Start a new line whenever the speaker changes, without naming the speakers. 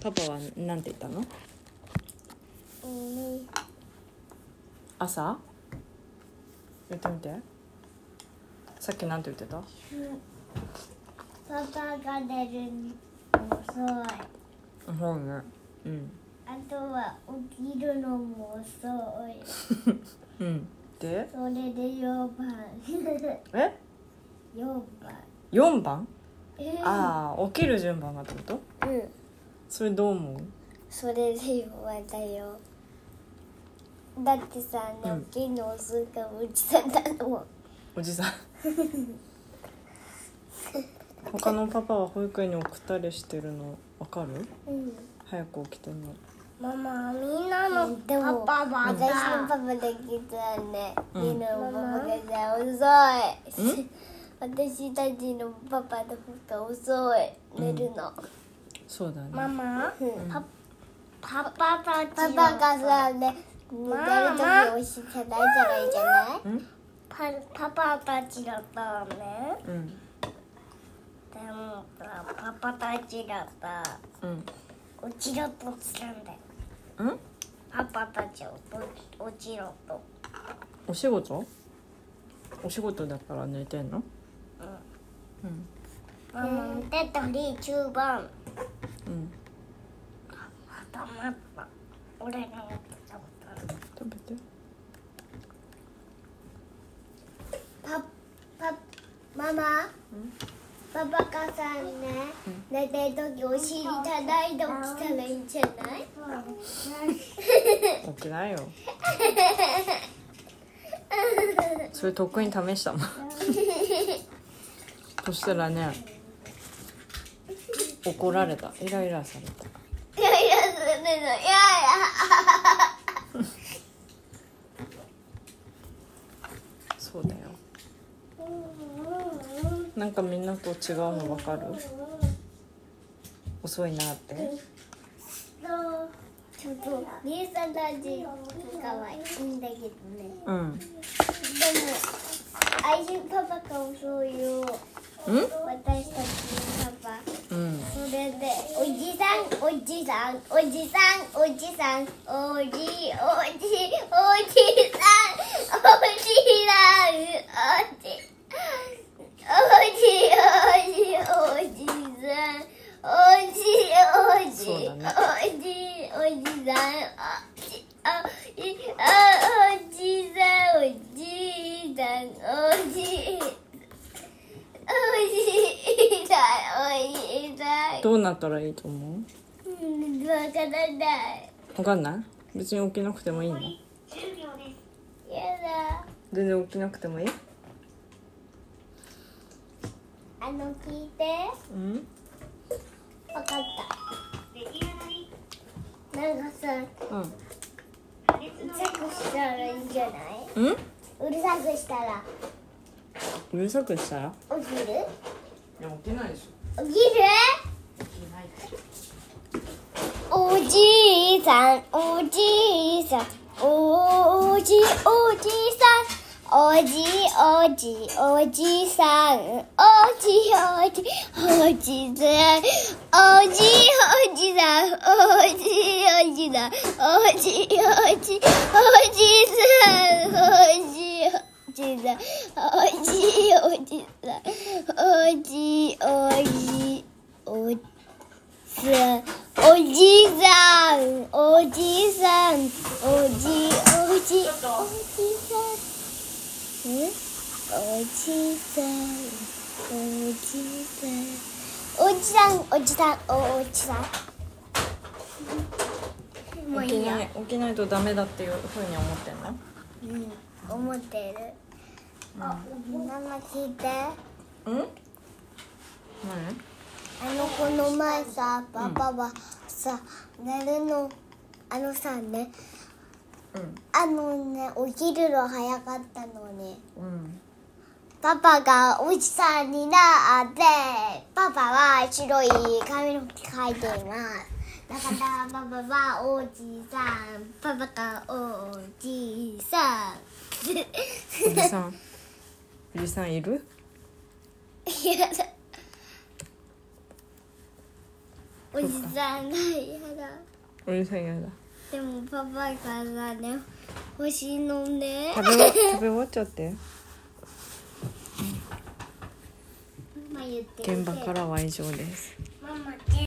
パパはなんて言ったの
うん
朝言ってみてさっきなんて言ってた
パパが出るの遅い
そうねうん
あとは起きるのも遅い
うんで
それで4番
え
4番
四番
え
ああ起きる順番がってこと
うん
それどう思う
それで4番だよだってさ、ね
うん
起きるの遅いからうちさんだもん
おじさん他のパパは保育園に送ったりしてるのわかる
うん
早く起きてんの
ママみんなのパパは私のパパできたね、
うん
みんなのパパがさ遅い私たちのパパとパパ遅い寝るの、
そうだね
マうん、パ
パパたち
パ
の
パがさね寝てる時押して叩いたらいいじゃない
うん
パパパたちだったわね
うん
でもさパパたちだった
うん
うちろとつたんだよ
うん
パパたちをううちろと
お仕事お仕事だから寝てんのうん
ママで鳥中盤
うん
またまた俺のやってたこと
食べて
パパママパパがさね寝てる時お尻叩いて起きたらいいんじゃない
起きないよそれとっくに試したもんそしたらね怒られたイライラされた
いやいやするのいやいや
そうだよなんかみんなと違うの分かる遅いなって
ちょっと姉さんたち可愛いんだけどね
うん
でも愛人パパが遅いよ
うん
私たちのパパ
うん
それでおじさんおじさんおじさんおじさんおじおじおじさんおじさんおじおじおじおじさんおじおじ
そうだね
おじおじさんおじあいあおじさんおじさんおじおじさんおじさん
どうなったらいいと思う
うんわからない。
分かんない別に起きなくてもいいの
10秒です
やだ。
全然起きなくてもいい
あの聞いて。
うん
わかった。
出来上がり
なんかさ、うる
うん
さくしたらいいんじゃない？
うん
うるさくしたら
うるさくしたら
起きる？
いや起きないでし
起きる？おじいさん、おじいさん、おじおじさん、おじおじおじさん、おじおじおじさん、おじおじさん、おじおじさん、おじおじおじさん、おじおじさん、おじおじさん、おじおじおじおじさん、おじさん、おじ、おじ、おじさん。んおじさん、おじさん。おじさん、おじさん、おじさん。も
ょ
う
起き
いいや
な。い起きないとダメだっていうふうに思ってんの
うん、思ってる。あ、ママ聞いて。
うん何
あのこの前さパパはさ、寝るのあのさね
う
あのね起きるの早かったの
ん
に
うん
パパがおじさんになってパパは白い髪の毛描いていますだからパパはおじさんパパがおじさん
おじさんおじさんいる
いやだおじさんが嫌だ
おじさん嫌だ
でもパパからね星のね
食べ終わ食べ終わっちゃって
まあ言ってみて
現場からは以上です
ママ、手